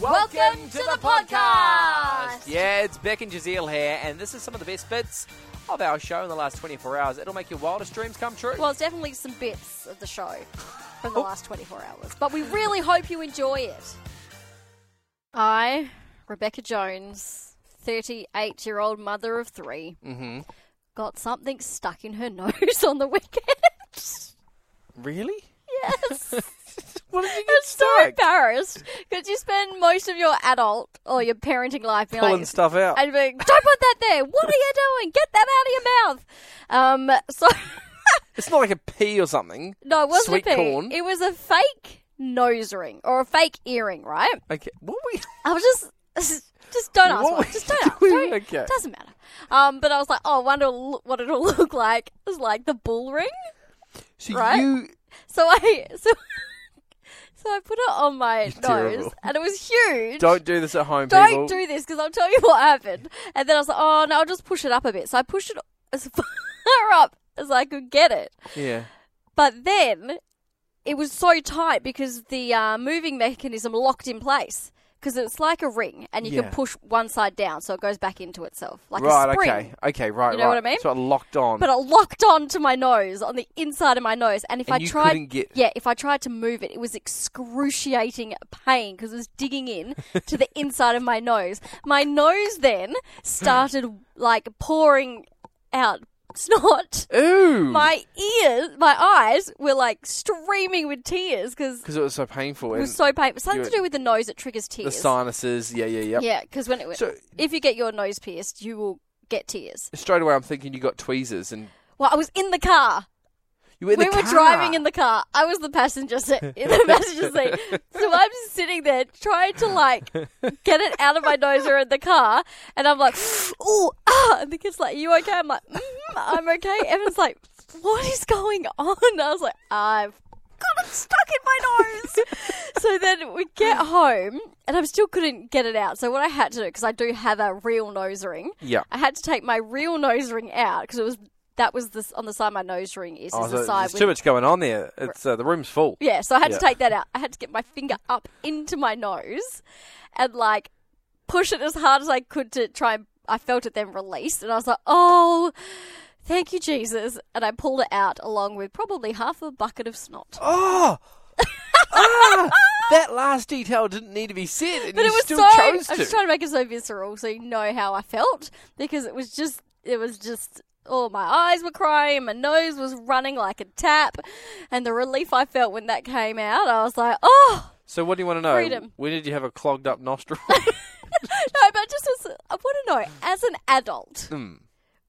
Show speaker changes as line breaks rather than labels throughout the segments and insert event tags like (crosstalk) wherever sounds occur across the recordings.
Welcome to the podcast.
Yeah, it's Beck and Jazeel here, and this is some of the best bits of our show in the last 24 hours. It'll make your wildest dreams come true.
Well, it's definitely some bits of the show from the
Oh.
last 24 hours, but we really hope you enjoy it. I, Rebecca Jones, 38 year old mother of 3
Mm-hmm.
got something stuck in her (laughs) nose on the weekend. (laughs)
really? (laughs)
yes.
What did you get
I'm so
stuck?
embarrassed because you spend most of your adult or your parenting life being
Pulling
like,
stuff out.
and being, don't put that there. What are you doing? Get that out of your mouth. Um, so (laughs)
it's not like a pea or something.
no, it wasn't
Sweet
a pea.
corn.
It was a fake nose ring or a fake earring, right?
Okay, what we?
I was just. (laughs) Just don't ask.
What
Why.
were
Just
you
don't ask.
doing?
Don't,
Okay.
Doesn't matter. Um, but I was like, oh, I wonder what it'll (laughs) look like. It's like the bull ring.
(laughs) So
Right?
you
So I (laughs) so so I put it on my nose,
terrible.
and it was huge.
don't do this at home,
don't
people.
do this because I'll tell you what happened. And then I was like, oh no, I'll just push it up a bit. So I pushed it (laughs) as far up as I could get it.
yeah.
But then it was so tight because the uh, moving mechanism locked in place. Because it's like a ring, and you
Yeah.
can push one side down, so it goes back into itself, like a
right.
spring.
Okay. Okay. Right.
You know
right.
what I mean?
So it locked on.
But it locked onto my nose, on the inside of my nose, and if
And
I
you
tried,
couldn't get-
yeah, if I tried to move it, it was excruciating pain because it was digging in
(laughs)
to the inside of my nose. My nose then started like pouring out snot.
Ooh.
My ears, my eyes were like streaming with tears because
Because it was so painful.
it
and
was so painful. Something
you-
to do with the nose that triggers
the
tears.
sinuses. Yeah. Yeah. Yep.
Yeah, because when it
So-
if you get your nose pierced, you will get tears.
Straight away, I'm thinking you got tweezers and
Well, I was in the car.
you were in
we
the
were
car.
driving in the car. I was the
(laughs)
passenger seat, in the passenger seat. So I'm just sitting there trying to like
(laughs)
get it out of my nose or in the car, and I'm like, "Ooh, ah!" And the kid's like, "You okay?" I'm like, mm, "I'm okay." Evan's like, "What is going on?" I was like, "I've." got it Stuck in my nose. so then we get home, and I still couldn't get it out. So what I had to do, because I do have a real nose ring,
Yeah.
I had to take my real nose ring out because it was that was this on the side of my nose ring is,
Oh,
is
so
the side
there's
with
too much going on there. It's uh, the room's (laughs) full.
yeah, so I had
Yeah.
to take that out. I had to get my finger up into my nose and like push it as hard as I could to try and I felt it then release and I was like, Oh thank you, Jesus and I pulled it out along with probably half a bucket of snot.
(laughs) Oh, ah, that last detail didn't need to be said, and
But
you
it was
still
so
chose
I
to.
was trying to make it so visceral so you know how I felt because it was just it was just oh my eyes were crying, my nose was running like a tap and the relief I felt when that came out, I was like, Oh
so, what do you want to know?
Freedom.
When did you have a clogged up (laughs) nostril?
No, but just as, I want to know, as an adult,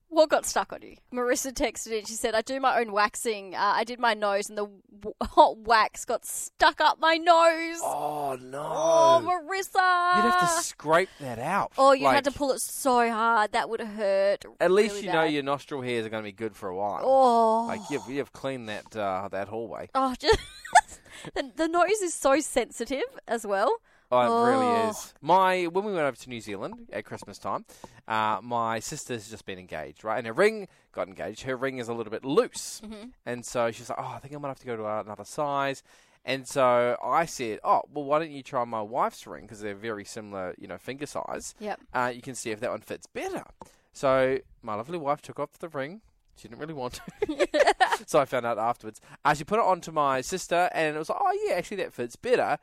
what got stuck on you? Marissa texted in. She said, "I do my own waxing. Uh, I did my nose, and the w- hot wax got stuck up my nose." Oh,
oh no!
Marissa!
you'd have to scrape that out.
oh, you had
Like,
to pull it so hard that would hurt.
At least
really
you know
bad.
your nostril hairs are going to be good for a while.
Oh,
Like you've, you've cleaned that uh, that hallway.
oh, (laughs) just the, the nose is so sensitive as well.
Oh, it really
Oh.
is. My when we went over to New Zealand at Christmas time, uh, my sister's just been engaged, right? And her ring got engaged. Her ring is a little bit loose,
Mm-hmm.
and so she's like, "Oh, I think I might have to go to uh, another size." And so I said, "Oh, well, why don't you try my wife's ring because they're very similar, you know, finger size.
Yep.
Uh, you can see if that one fits better." So my lovely wife took off the ring. She didn't really want to.
(laughs)
so I found out afterwards. Uh, she put it onto my sister, and it was like, "Oh yeah, actually that fits better."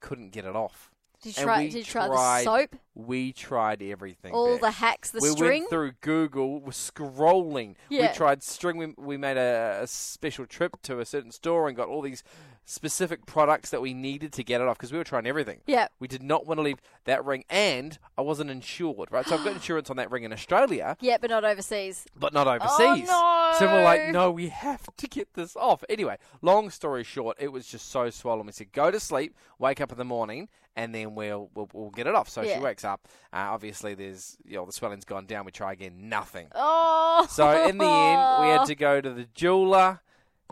Couldn't get it off.
Did you
And
try?
we
Did you try the
tried
soap?
We tried everything.
All
Beck.
the hacks, the
we
string.
went through Google. We're scrolling.
Yeah.
We tried string. We, we made a, a special trip to a certain store and got all these specific products that we needed to get it off because we were trying everything.
Yeah.
We did not want to leave that ring, and I wasn't insured. Right, so I've
(gasps)
got insurance on that ring in Australia,
yeah, but not overseas. Oh,
but not overseas.
no.
So we're like, no, we have to get this off. Anyway, long story short, it was just so swollen. We said, go to sleep, wake up in the morning, and then we'll we'll, we'll get it off. So
Yeah.
she wakes up. Uh, obviously, there's you know the swelling's gone down. We try again, nothing.
Oh.
So in the end, we
(laughs)
had to go to the jeweler,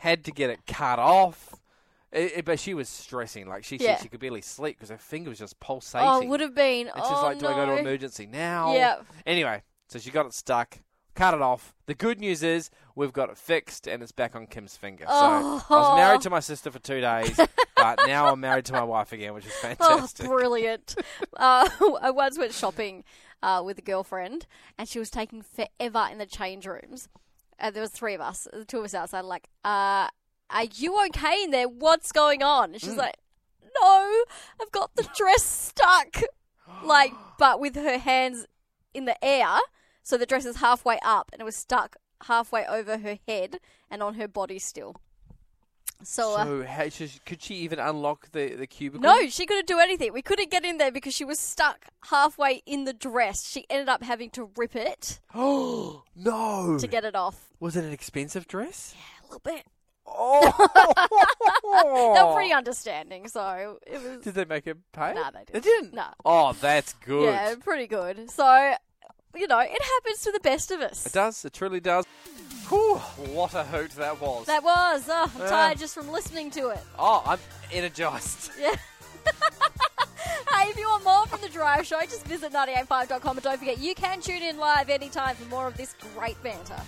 had to get it cut off. It, it- but she was stressing. Like she
Yeah.
said, she could barely sleep because her finger was just pulsating.
Oh, would have been.
And she's
oh,
like, do I go to
no.
emergency now?
Yeah.
Anyway, so she got it stuck. cut it off. The good news is we've got it fixed and it's back on Kim's finger.
Oh.
So I was married to my sister for two
(laughs)
days, but now I'm married to my wife again, which is
Oh,
fantastic.
brilliant. uh, (laughs) I once went shopping uh, with a girlfriend and she was taking forever in the change rooms. And there was three of us, the two of us outside, like, uh, are you okay in there? What's going on? And she's like, no, I've got the dress stuck. like, but with her hands in the air. So the dress is halfway up and it was stuck halfway over her head and on her body still. So, uh,
so how, she, could she even unlock the, the cubicle?
no, she couldn't do anything. We couldn't get in there because she was stuck halfway in the dress. She ended up having to rip it
Oh (gasps) no!
to get it off.
Was it an expensive dress?
A little bit. (laughs)
Oh,
They were pretty understanding, so it was.
Did they make it pay?
Nah, they
They
didn't.
didn't.
No.
Oh, that's good.
Yeah, pretty good. So, you know, it happens to the best of
It
us.
does. It truly does. Whew, what a hoot that was.
That was. Oh, I'm
Yeah.
tired just from listening to it.
oh, I'm energized.
Yeah. hey, if you want more from The Drive Show, just visit 985.com and don't forget you can tune in live anytime for more of this great banter.